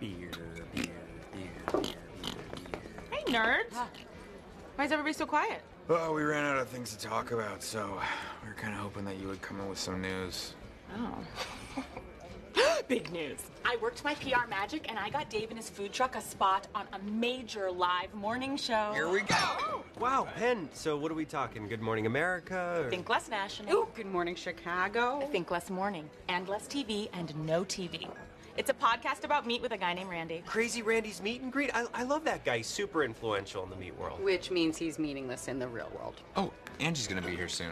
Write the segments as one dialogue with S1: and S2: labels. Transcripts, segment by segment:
S1: Beer, beer, beer, beer, beer.
S2: Hey, nerds. Why is everybody so quiet?
S1: Well, Oh, we ran out of things to talk about, so we were kind of hoping that you would come in with some news.
S2: Oh. Big news.
S3: I worked my PR magic and I got Dave and his food truck a spot on a major live morning show.
S1: Here we go.
S4: Wow, Penn. So what are we talking? Good Morning America? Or...
S3: Think less national.
S2: Ooh, good morning, Chicago.
S3: Think less morning and less TV and no TV. It's a podcast about meat with a guy named Randy.
S4: Crazy Randy's meet and greet. I, I love that guy. He's Super influential in the meat world.
S5: Which means he's meaningless in the real world.
S1: Oh, Angie's gonna be here soon.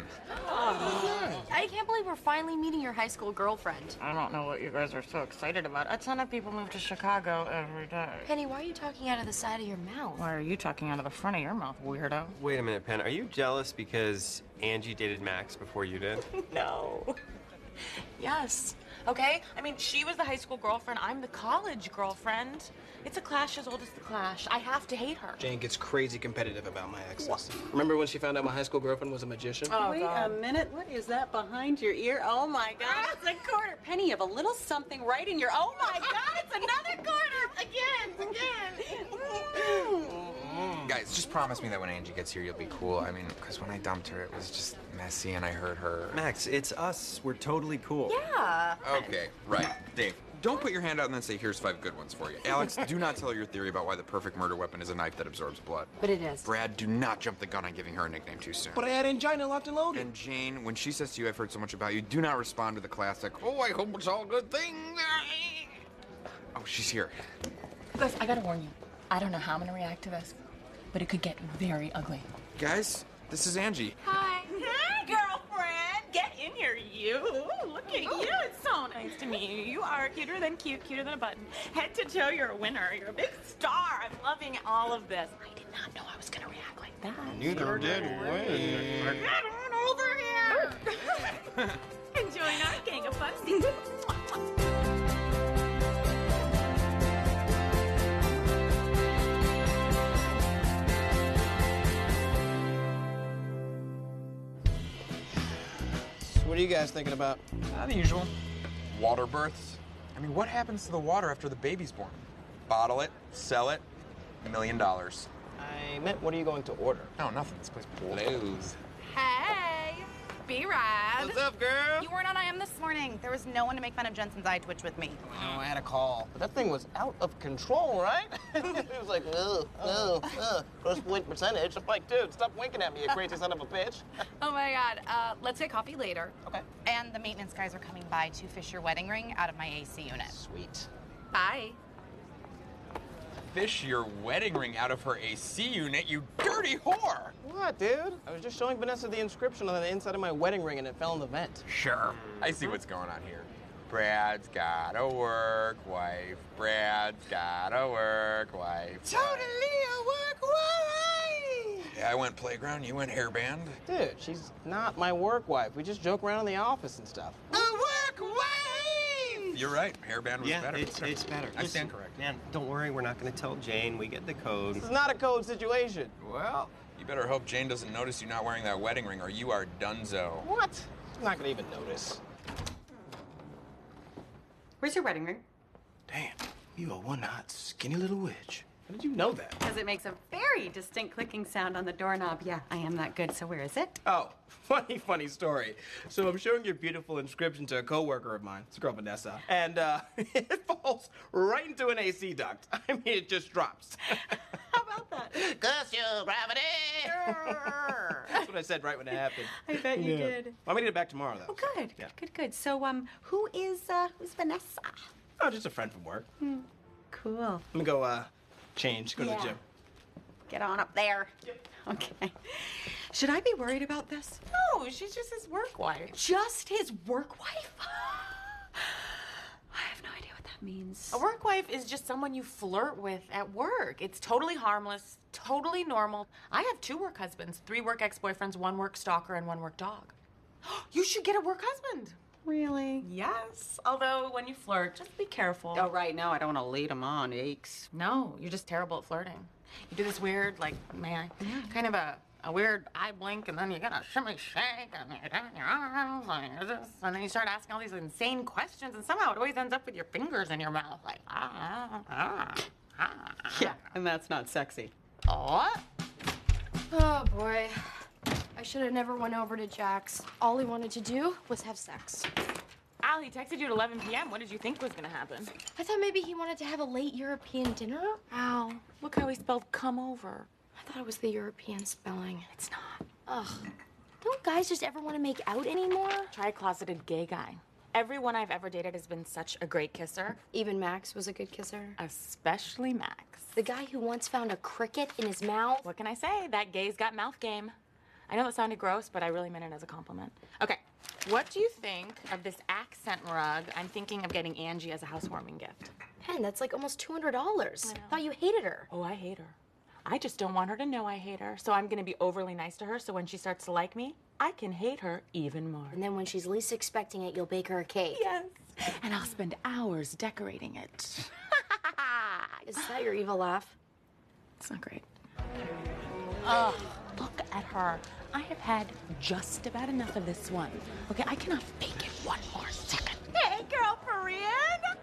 S6: I can't believe we're finally meeting your high school girlfriend.
S2: I don't know what you guys are so excited about. A ton of people move to Chicago every day.
S6: Penny, why are you talking out of the side of your mouth?
S2: Why are you talking out of the front of your mouth, weirdo?
S4: Wait a minute, Penn. Are you jealous because Angie dated Max before you did?
S3: No. yes. Okay? I mean, she was the high school girlfriend. I'm the college girlfriend. It's a clash as old as the clash. I have to hate her.
S7: Jane gets crazy competitive about my exes. Remember when she found out my high school girlfriend was a magician?
S5: Wait a minute. What is that behind your ear? Oh my God! It's a quarter penny of a little something right in your. Oh my God! It's another quarter again, again.
S1: Guys, just promise me that when Angie gets here, you'll be cool. I mean, because when I dumped her, it was just messy and I hurt her.
S4: Max, it's us. We're totally cool.
S6: Yeah.
S1: Okay, right. Dave, don't put your hand out and then say, here's five good ones for you. Alex, do not tell your theory about why the perfect murder weapon is a knife that absorbs blood.
S5: But it is.
S1: Brad, do not jump the gun on giving her a nickname too soon.
S7: But I had angina locked and loaded.
S1: and Jane, when she says to you, I've heard so much about you, do not respond with the classic, oh, I hope it's all good things. Oh, she's here.
S3: Guys, I gotta warn you. I don't know how I'm gonna react to this, but it could get very ugly.
S1: Guys, this is Angie.
S6: Hi.
S3: Hi, girlfriend. Get in here, you. Ooh, look at you. It's so nice to meet you. You are cuter than cute, cuter than a button. Head to toe, you're a winner. You're a big star. I'm loving all of this. I did not know I was going to react like that.
S1: Neither did we.
S3: Get on over here. and join our gang of funsies.
S7: What are you guys thinking about?
S1: Not Ah, the usual. Water births. I mean, what happens to the water after the baby's born? Bottle it, sell it, million dollars.
S7: I meant, what are you going to order?
S1: No, Oh, nothing. This place blows.
S8: Hey, B Rad.
S7: up, girl?
S8: You weren't on I Am this morning. There was no one to make fun of Jensen's eye twitch with me.
S7: Oh, I had a call. But that thing was out of control, right? it was like, ugh, ugh, ugh. Gross point percentage. I'm like, dude, stop winking at me, you crazy son of a bitch.
S8: Oh my god. Uh, let's get coffee later.
S7: Okay.
S8: And the maintenance guys are coming by to fish your wedding ring out of my AC unit.
S7: Sweet.
S8: Bye.
S1: Fish your wedding ring out of her AC unit, you dirty whore!
S7: What, dude? I was just showing Vanessa the inscription on the inside of my wedding ring and it fell in the vent.
S1: Sure. I see what's going on here. Brad's gotta work, wife. Brad's gotta work, wife. Yeah, I went playground, you went hairband.
S7: Dude, she's not my work wife. We just joke around in the office and stuff.
S1: You're right, hairband was better.
S4: it's, it's better.
S1: I
S4: Listen,
S1: stand corrected.
S4: Man, don't worry. We're not going to tell Jane. We get the code.
S7: This is not a code situation.
S1: Well, you better hope Jane doesn't notice you not wearing that wedding ring or you are dunzo.
S7: What? I'm not gonna even notice.
S5: Where's your wedding ring?
S7: Damn, you are one hot, skinny little witch. How did you know that?
S5: Because it makes a very distinct clicking sound on the doorknob. Yeah, I am that good. So where is it?
S7: Oh, funny, funny story. So I'm showing your beautiful inscription to a coworker of mine, it's girl Vanessa, and uh, it falls right into an AC duct. I mean, it just drops.
S5: How about that?
S7: Curse you, gravity! That's what I said right when it happened.
S5: I bet you did.
S7: I'm gonna get it back tomorrow, though.
S5: Oh, good.
S7: Yeah.
S5: Good. Good. So um, who is uh, who's Vanessa?
S7: Oh, just a friend from work. I'm
S5: Hmm. Cool.
S7: gonna go uh, change, go to
S5: Yeah.
S7: the gym.
S5: Get on up there. Okay. Should I be worried about this?
S3: No, she's just his work wife.
S5: Just his work wife? I have no idea what that means.
S3: A work wife is just someone you flirt with at work. It's totally harmless, totally normal. I have two work husbands, three work ex boyfriends, one work stalker, and one work dog. You should get a work husband.
S5: Really?
S3: Yes. Although, when you flirt, just be careful.
S5: Oh, right. No, I don't want to lead him on. Aches.
S3: No, you're just terrible at flirting. You do this weird, like, may I? Kind of a,
S9: a weird eye blink, and then you got a shimmy shake, and you got your arms, and you're this, and then you start asking all these insane questions, and somehow it always ends up with your fingers in your mouth, like ah ah ah.
S10: Yeah, and that's not sexy.
S9: ah. What?
S6: Oh boy. I should have never went over to Jack's. All he wanted to do was have sex.
S3: Al, he texted you at 11 p.m. What did you think was gonna happen?
S6: I thought maybe he wanted to have a late European dinner. Ow.
S3: Look how he spelled come over.
S6: I thought it was the European spelling. It's not. Ugh. Don't guys just ever want to make out anymore?
S3: Try a closeted gay guy. Everyone I've ever dated has been such a great kisser,
S6: Even Max was a good kisser.
S3: especially Max.
S6: The guy who once found a cricket in his mouth.
S3: What can I say? That gay's got mouth game. I know that sounded gross, but I really meant it as a compliment.
S9: Okay.
S3: What do you think of this accent rug? I'm thinking of getting Angie as a housewarming gift.
S6: Pen, that's like almost two hundred dollars. Thought you hated her.
S3: Oh, I hate her. I just don't want her to know I hate her, so I'm gonna be overly nice to her so when she starts to like me, I can hate her even more.
S6: And then when she's least expecting it, you'll bake her a cake.
S3: Yes. And I'll spend hours decorating it.
S6: Is that your evil laugh?
S3: It's not great. Ugh, look at her. I have had just about enough of this one. Okay, I cannot fake it one more second. Hey, girl, Perian.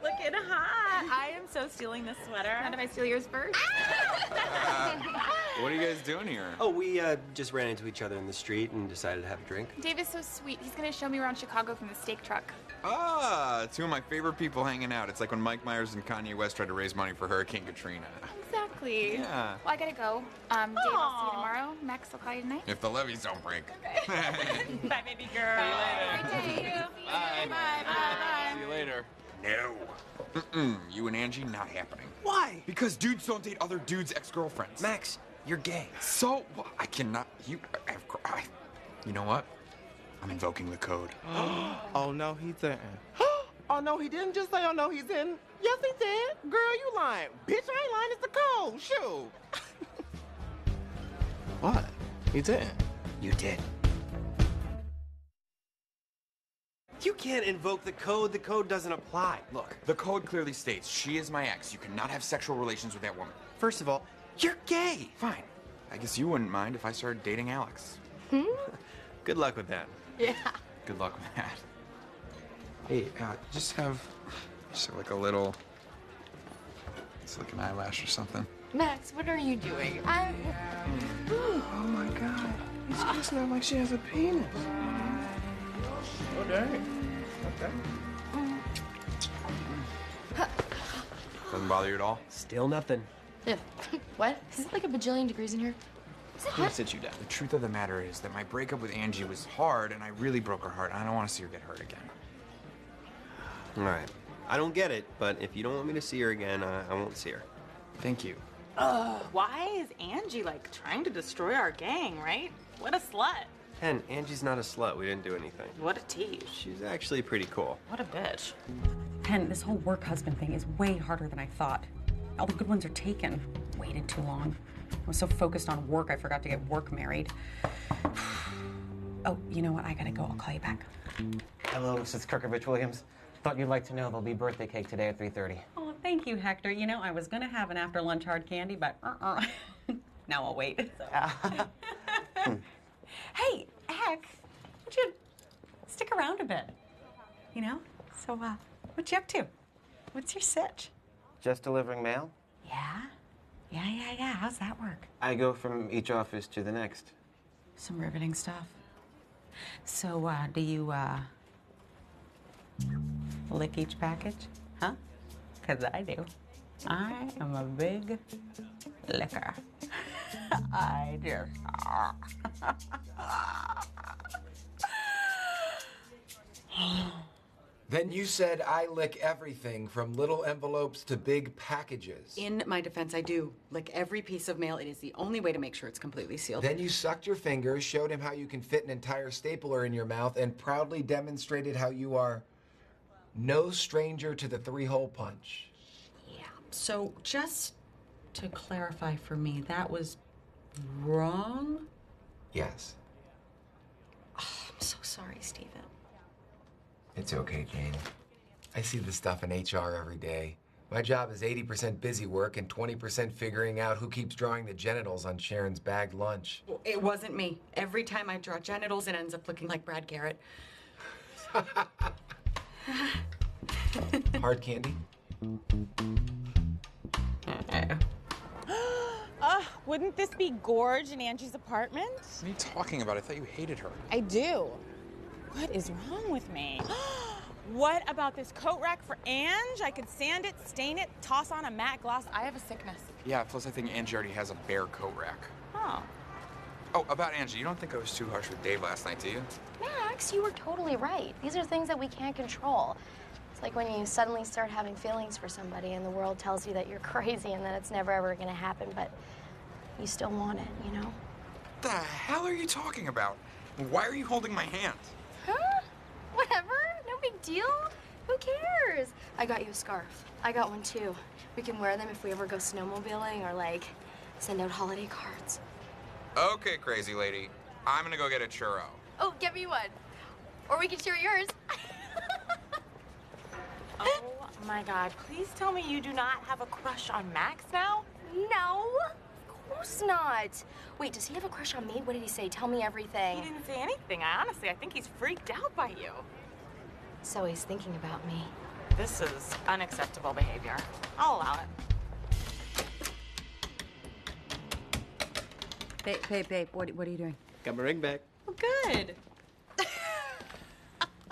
S3: Looking hot. I am so stealing this sweater.
S11: How did I steal yours first?
S6: Ah!
S1: What are you guys doing here?
S4: Oh, we uh, just ran into each other in the street and decided to have a drink.
S11: Dave is so sweet. He's gonna show me around Chicago from the steak truck.
S1: Ah, two of my favorite people hanging out. It's like when Mike Myers and Kanye West tried to raise money for Hurricane Katrina.
S11: Exactly.
S1: Yeah.
S11: Well, I gotta go. Um, Dave, I'll see you tomorrow. Max, I'll call you tonight.
S1: If the levees don't break.
S3: Bye, baby girl.
S1: Bye. Bye. Bye. See you later. No. Mm-mm. You and Angie not happening.
S4: Why?
S1: Because dudes don't date other dudes' ex-girlfriends.
S4: Max, you're gay.
S1: So wha- I cannot. You. I, have gr- I, you know what? I'm invoking the code.
S7: Oh no, he didn't. oh no, he didn't. Just say, oh no, he didn't. Yes, he did. Girl, you lying. Bitch, I ain't lying. It's the code. Shoot. what? He didn't.
S4: You did. You can't invoke the code. The code doesn't apply. Look,
S1: The code clearly states she is my ex. You cannot have sexual relations with that woman.
S4: first of all, you're gay.
S1: Fine. I guess you wouldn't mind if I started dating Alex.
S12: Hmm?
S4: Good luck with that.
S1: Good luck with that. Hey, uh, just have just have like a little. It's like an eyelash or something.
S6: Max, what are you doing? I
S7: Oh my god. It's just not like she has a penis. Oh dang. Okay.
S12: Mm,
S1: Doesn't bother you at all.
S4: Still nothing.
S6: Ugh. what? Is it like a bajillion degrees in here?
S7: Please sit you down.
S1: The truth of the matter is that my breakup with Angie was hard, and I really broke her heart. and I don't want to see her get hurt again.
S4: All right. I don't get it, but if you don't want me to see her again, uh, I won't see her.
S1: Thank you.
S3: Why is Angie like trying to destroy our gang, right? What a slut.
S4: Pen, Angie's not a slut. We didn't do anything.
S3: What a tease.
S4: She's actually pretty cool.
S3: What a bitch.
S5: Pen, this whole work husband thing is way harder than I thought. All the good ones are taken. Waited too long. I was so focused on work, I forgot to get work married. Oh, you know what? I gotta go. I'll call you back.
S13: Hello, this is Kirkovich Williams. Thought you'd like to know there'll be birthday cake today at 3.30.
S5: Oh, thank you, Hector. You know, I was gonna have an after lunch hard candy, but uh-uh. now I'll wait. hey, Heck, would you stick around a bit? You know? So, uh, what you up to? What's your sitch?
S13: Just delivering mail?
S5: Yeah? Yeah, yeah, yeah. How's that work?
S13: I go from each office to the next.
S5: Some riveting stuff. So, uh, do you, uh, lick each package? Huh? Because I do. I am a big licker. I just.
S14: Then you said I lick everything from little envelopes to big packages.
S10: In my defense, I do. Like every piece of mail, it is the only way to make sure it's completely sealed.
S14: Then you sucked your finger, showed him how you can fit an entire stapler in your mouth, and proudly demonstrated how you are no stranger to the three hole punch.
S5: So, just to clarify for me, that was wrong? Ah,
S14: Yes.
S5: I'm so sorry, Steven.
S14: It's okay, Jane. I see this stuff in HR every day. My job is 80% busy work and 20% figuring out who keeps drawing the genitals on Sharon's bagged lunch.
S15: It wasn't me. Every time I draw genitals, it ends up looking like Brad Garrett.
S14: Hard candy? Uh-uh.
S3: Ugh, wouldn't this be Gorge in Angie's apartment?
S1: What are you talking about? I thought you hated her.
S3: I do. What is wrong with me? what about this coat rack for Ange? I could sand it, stain it, toss on a matte gloss. I have a sickness.
S1: Yeah, plus I think Angie already has a bare coat rack.
S3: Oh.
S1: Oh, about Angie, you don't think I was too harsh with Dave last night, do you?
S6: Max, you were totally right. These are things that we can't control. It's like when you suddenly start having feelings for somebody and the world tells you that you're crazy and that it's never ever going to happen, but you still want it, you know?
S1: What the hell are you talking about? Why are you holding my hand?
S6: Huh? Whatever. No big deal. Who cares? I got you a scarf. I got one too. We can wear them if we ever go snowmobiling or like send out holiday cards.
S1: Okay, crazy lady. I'm gonna go get a churro.
S6: Oh, get me one. Or we can share yours.
S3: Oh my god, please tell me you do not have a crush on Max now?
S6: No, of course not. Wait, does he have a crush on me? What did he say? Tell me everything.
S3: He didn't say anything. I honestly, I think he's freaked out by you.
S6: So he's thinking about me.
S3: This is unacceptable behavior. I'll allow it.
S16: Babe, babe, babe, what, what are you doing?
S7: Got my ring back.
S5: Oh,
S3: Well, good.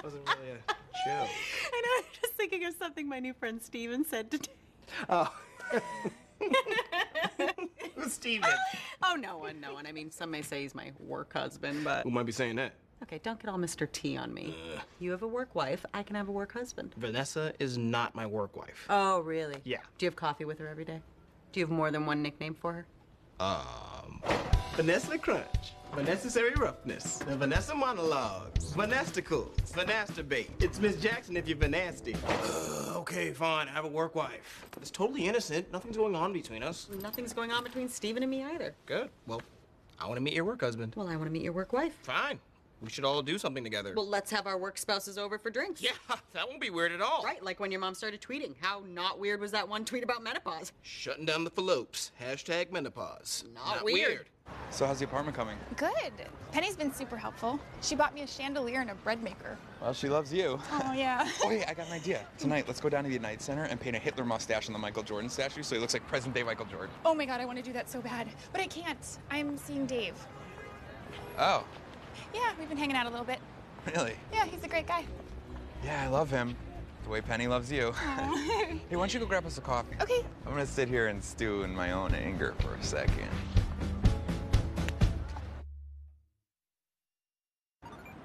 S7: Wasn't really a joke.
S5: I know, I'm just thinking of something my new friend Steven said today.
S7: Oh. Steven.
S5: Oh, no one, no one. I mean, some may say he's my work husband, but.
S7: Uh, Who might be saying that?
S5: Okay, don't get all Mr. T on me. You have a work wife, I can have a work husband.
S7: Vanessa is not my work wife.
S5: Oh, really?
S7: Yeah.
S5: Do you have coffee with her every day? Do you have more than one nickname for her?
S7: Um, Vanessa the Crunch, Vanessa Sari Roughness, the Vanessa Monologues, Vanasticals, Vanastibate. It's Miss Jackson if you've been nasty. Uh, okay, fine. I have a work wife. It's totally innocent. Nothing's going on between us.
S5: Nothing's going on between Steven and me either.
S7: Good. Well, I want to meet your work husband.
S5: Well, I want to meet your work wife.
S7: Fine. We should all do something together.
S5: Well, let's have our work spouses over for drinks.
S7: Yeah, that won't be weird at all.
S5: Right, like when your mom started tweeting. How not weird was that one tweet about menopause?
S7: Shutting down the fallopes. Hashtag menopause.
S5: Not weird.
S1: So how's the apartment coming?
S11: Good. Penny's been super helpful. She bought me a chandelier and a bread maker.
S1: Well, she loves you.
S11: Oh, yeah.
S1: oh, wait, I got an idea. Tonight, let's go down to the United Center and paint a Hitler mustache on the Michael Jordan statue so he looks like present day Michael Jordan.
S11: Oh my god, I want to do that so bad. But I can't. I'm seeing Dave.
S1: Oh,
S11: Yeah, we've been hanging out a little bit.
S1: really?
S11: Yeah, he's a great guy.
S1: Yeah, I love him. The way Penny loves you.
S11: Oh. Aw.
S1: Hey, why don't you go grab us a coffee?
S11: okay.
S1: I'm gonna sit here and stew in my own anger for a second.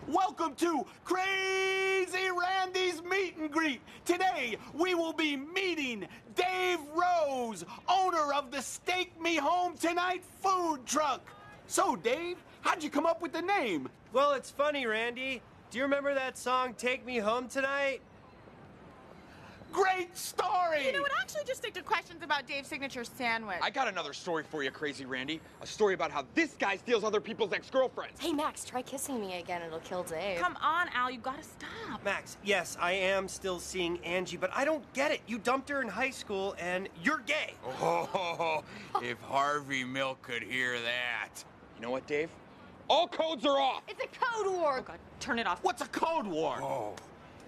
S17: Welcome to Crazy Randy's Meet and Greet. Today, we will be meeting Dave Rose, owner of the Steak Me Home Tonight food truck. So, Dave, how'd you come up with the name?
S18: Well, it's funny, Randy. Do you remember that song, Take Me Home Tonight?
S17: Great story!
S3: You know what? I actually just stick to questions about Dave's signature sandwich.
S17: I got another story for you, Crazy Randy. A story about how this guy steals other people's ex girlfriends.
S6: Hey, Max, try kissing me again. It'll kill Dave.
S3: Come on, Al, you gotta stop.
S18: Max, yes, I am still seeing Angie, but I don't get it. You dumped her in high school and you're gay.
S17: Oh, if Harvey Milk could hear that. You know what, Dave? All codes are off!
S6: It's a code war.
S17: Turn it off. What's a code war? Oh,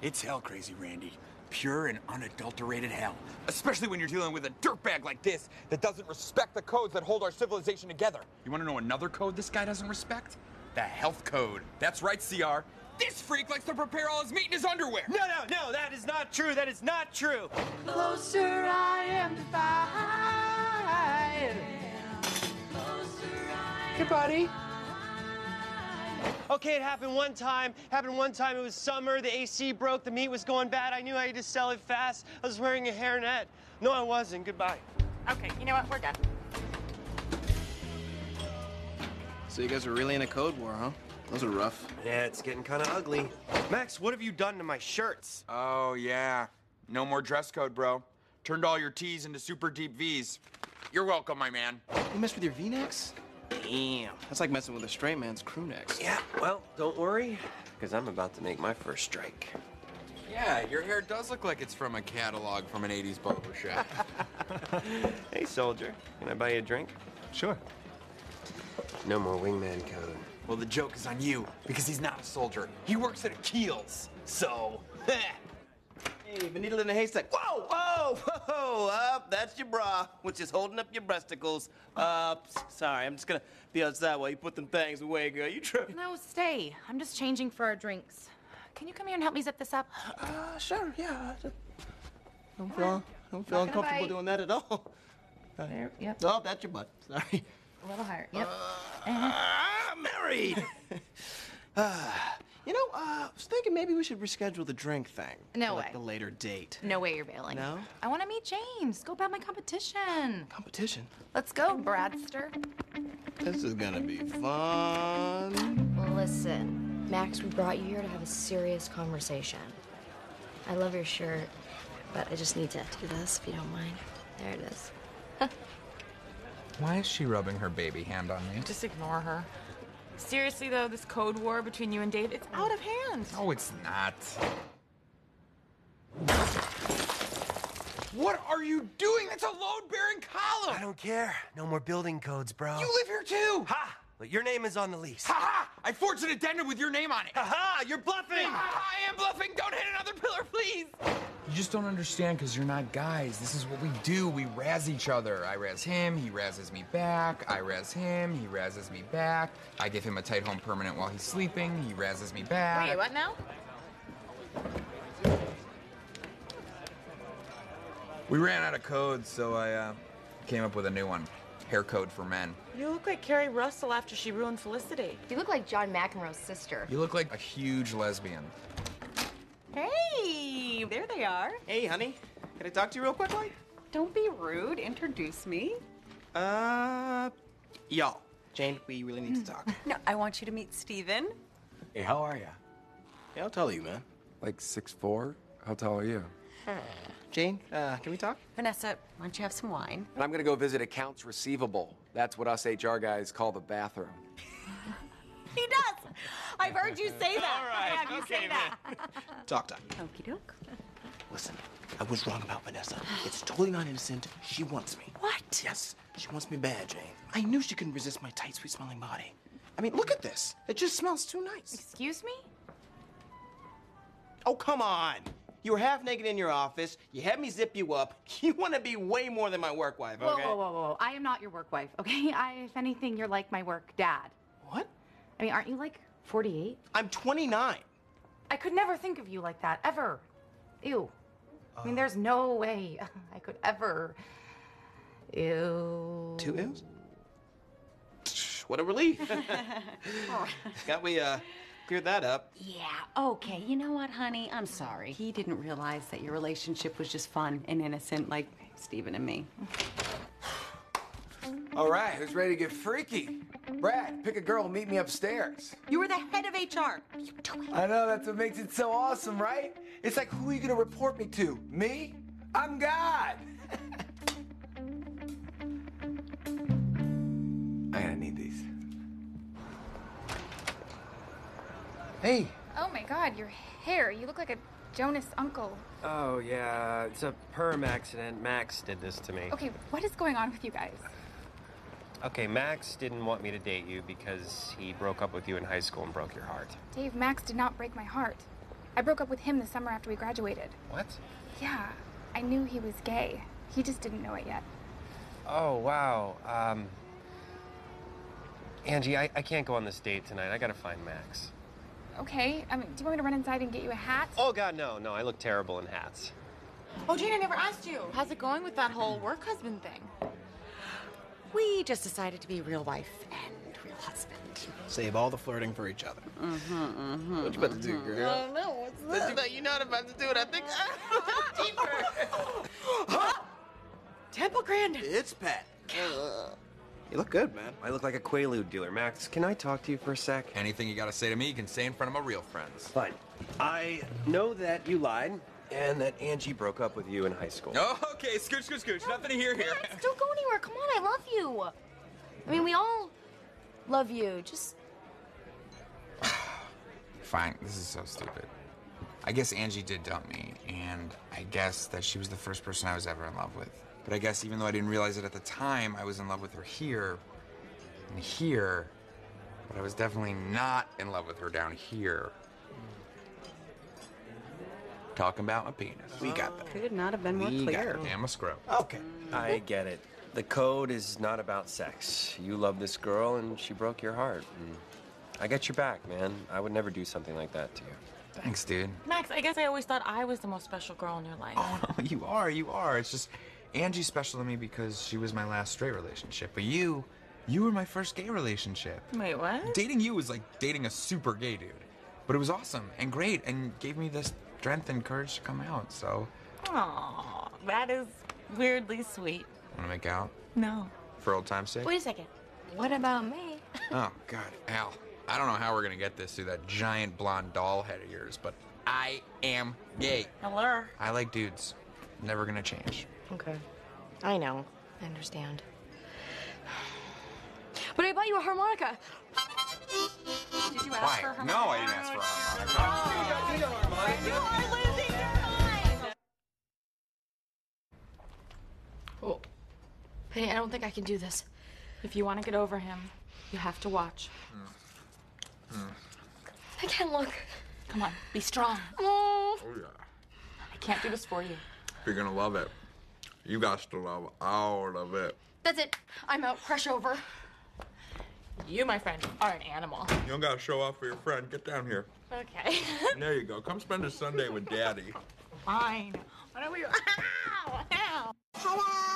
S17: it's hell, Crazy Randy. Pure and unadulterated hell.
S1: Especially when you're dealing with a dirtbag like this that doesn't respect the codes that hold our civilization together. You wanna know another code this guy doesn't respect? The health code. That's right, CR. This freak likes to prepare all his meat in his underwear.
S18: No, no, no, that is not true. That is not true.
S17: Closer I am to
S18: Hey, buddy. Okay, it happened one time. Happened one time. It was summer. The AC broke. The meat was going bad. I knew I had to sell it fast. I was wearing a hairnet. No, I wasn't. Goodbye.
S3: Okay, you know what? We're done.
S7: So you guys are really in a code war, huh? Those are rough.
S18: Yeah, it's getting kind of ugly. Max, what have you done to my shirts?
S1: Oh, yeah. No more dress code, bro. Turned all your T's into super deep V's. You're welcome, my man.
S7: You messed with your V-necks? Damn. That's like messing with a straight man's crew necks.
S18: Yeah, well, don't worry, because I'm about to make my first strike.
S7: Yeah,
S18: Yeah, your hair does look like it's from a catalog from an 80s barber shop.
S19: Hey, soldier, can I buy you a drink? Sure. No more wingman code.
S18: Well, the joke is on you because he's not a soldier. He works at a Keels. So,
S7: Hey, the needle in the haystack. Whoa, whoa, whoa, up. That's your bra, which is holding up your breasticles. Up. S- Sorry, I'm just gonna be outside while you put them things away, girl. You tripping?
S12: No, stay. I'm just changing for our drinks. Can you come here and help me zip this up?
S7: Uh, sure, yeah. Don't feel, don't feel
S12: Not gonna
S7: uncomfortable
S12: bite.
S7: doing that at all. There, yep. Oh, that's your butt. Sorry.
S12: A little higher. Yep.
S7: Uh,
S12: Uh-huh.
S7: I'm married. Ah, you know, uh, I was thinking maybe we should reschedule the drink thing.
S12: No
S7: for, Like
S12: way.
S7: the later date.
S12: No way you're bailing.
S7: No?
S12: I want to meet James. Go about my competition.
S7: Competition.
S12: Let's go, Bradster.
S7: This is gonna be
S3: Oh,
S7: fun.
S6: Listen, Max, we brought you here to have a serious conversation. I love your shirt, but I just need to do this if you don't mind. There it is.
S1: Why is she rubbing her baby hand on me?
S12: Just ignore her. Seriously, though, this code war between you and Dave, it's out of hand.
S17: Oh,
S1: No, it's not.
S18: what are you doing? That's a load bearing column.
S4: I don't care. No more building codes, bro.
S18: You live here too. Ha!
S4: But your name is on the lease.
S18: Ha ha! I forged an addendum with your name on it. Ha
S4: ha! You're bluffing.
S18: I am bluffing. Don't hit another pillar, please.
S1: You just don't understand because you're not guys. This is what we do. We razz each other. I razz him, he razzes me back. I razz him, he razzes me back. I give him a tight home permanent while he's sleeping. He razzes me back.
S12: Wait, what now?
S1: We ran out of codes, so I uh, came up with a new one hair code for men.
S12: You look like Carrie Russell after she ruined Felicity. You look like John McEnroe's sister.
S1: You look like a huge lesbian.
S5: Hey, there they are.
S7: Hey, honey. Can I talk to you real quickly?
S5: Don't be rude. Introduce me.
S7: Uh, y'all. Jane, we really need to talk.
S5: No, I want you to meet Steven.
S14: Hey, how are ya?
S7: Yeah, I'll tell you, man.
S14: Like six four? How tall are you?
S7: Jane, uh, can we talk?
S5: Vanessa, why don't you have some wine?
S14: And I'm gonna go visit accounts receivable. That's what us HR guys call the bathroom.
S5: He does. I've heard you say that.
S7: All right,
S5: I have you
S7: okay,
S5: say that.
S7: Talk time.
S5: Okie doke.
S7: Listen, I was wrong about Vanessa. It's totally not innocent. She wants me. What? Yes, she wants me bad, Jane. I knew she couldn't resist my tight, sweet smelling body. I mean, look at this. It just smells too nice.
S12: Excuse me?
S7: Oh, come on. You were half naked in your office. You had me zip you up. You want to be way more than my work wife,
S12: Whoa,
S7: okay?
S12: whoa, whoa, whoa. I am not your work wife, okay? I, if anything, you're like my work dad.
S7: What?
S12: I mean, aren't you like 48?
S7: I'm 29.
S12: I could never think of you like that, ever. Ew. I
S7: Uh.
S12: mean, there's no way I could ever. Ew.
S7: Two ills? What a relief. Got we uh, cleared that up.
S5: Yeah, okay. You know what, honey? I'm sorry. He didn't realize that your relationship was just fun and innocent like Steven and me.
S14: All right, who's ready to get freaky? Brad, pick a girl, and meet me upstairs.
S5: You were the head of HR. You do it.
S14: I know that's what makes it so awesome, right? It's like who are you gonna report me to? Me? I'm God. I'm gonna need these. Hey.
S11: Oh my god, your hair. You look like a Jonas uncle.
S4: Oh, yeah. It's a perm accident. Max did this to me.
S11: Okay, what is going on with you guys?
S4: Okay, Max didn't want me to date you because he broke up with you in high school and broke your heart.
S11: Dave, Max did not break my heart. I broke up with him the summer after we graduated.
S4: What?
S11: Yeah, I knew he was gay. He just didn't know it yet.
S4: Oh, wow. Um, Angie, I, I can't go on this date tonight. I gotta find Max.
S11: Okay, I mean, do you want me to run inside and get you a hat?
S4: Oh, God, no, no. I look terrible in hats.
S12: Oh, Jane, I never asked you. How's it going with that whole work husband thing?
S5: We just decided to be real wife and real husband.
S7: Save all the flirting for each other. Mm-hmm, mm-hmm, what you about to do, girl?
S5: no, what's
S7: What you about- You're not about to do it. I
S3: Uh,
S7: think.
S5: Temple Grandin.
S7: It's Pat. You look good, man.
S4: I look like a Quaalude dealer. Max, can I talk to you for a sec?
S18: Anything you gotta say to me, you can say in front of my real friends.
S4: Fine. I know that you lied and that Angie broke up with you in high school.
S18: Oh, okay, scooch, scooch, scooch. Nothing to hear here.
S6: Don't go anywhere. Come on, I love you. I mean, we all love you. Just
S1: Fine, this is so stupid. I guess Angie did dump me, and I guess that she was the first person I was ever in love with. But I guess even though I didn't realize it at the time, I was in love with her here and here, but I was definitely not in love with her down here. Talking about my penis. We got that.
S5: Could not have been more
S1: We got
S5: clear.
S1: it. Damn a scrub.
S4: Okay. Oh. I get it. The code is not about sex. You love this girl and she broke your heart. And I got your back, man. I would never do something like that to you.
S1: Thanks, dude.
S3: Max, I guess I always thought I was the most special girl in your life.
S17: Oh,
S1: you are, you are. It's just Angie's special to me because she was my last straight relationship. But you, you were my first gay relationship.
S3: Wait, what?
S1: Dating you was like dating a super gay dude. But it was awesome and great and gave me the strength and courage to come out. So,
S3: Aw, that is weirdly sweet.
S1: wanna make out
S3: No.
S1: for old time's sake?
S3: Wait a second. What about me?
S1: Oh, God, Al. I don't know how we're gonna get this through that giant blonde doll head of yours, but I am gay.
S3: Hello.
S1: I like dudes. Never gonna change.
S3: Okay. I know. I understand.
S6: But I bought you a harmonica.
S3: Did you
S1: Why? No, I didn't ask for a
S3: You are losing your mind!
S6: Oh. Penny, I don't think I can do this.
S3: If you want to get over him, you have to watch.
S6: I can't look.
S3: Come on, be strong.
S6: Oh.
S20: Oh, yeah.
S3: I can't do this for you.
S20: You're gonna love it. You got to love all of it.
S6: That's it. I'm out. Crush over.
S3: You, my friend, are an animal.
S20: You don't gotta show off for your friend. Get down here.
S3: Okay.
S20: There you go. Come spend a Sunday with Daddy.
S3: Fine. Why don't we? Ow! Ow! Hello!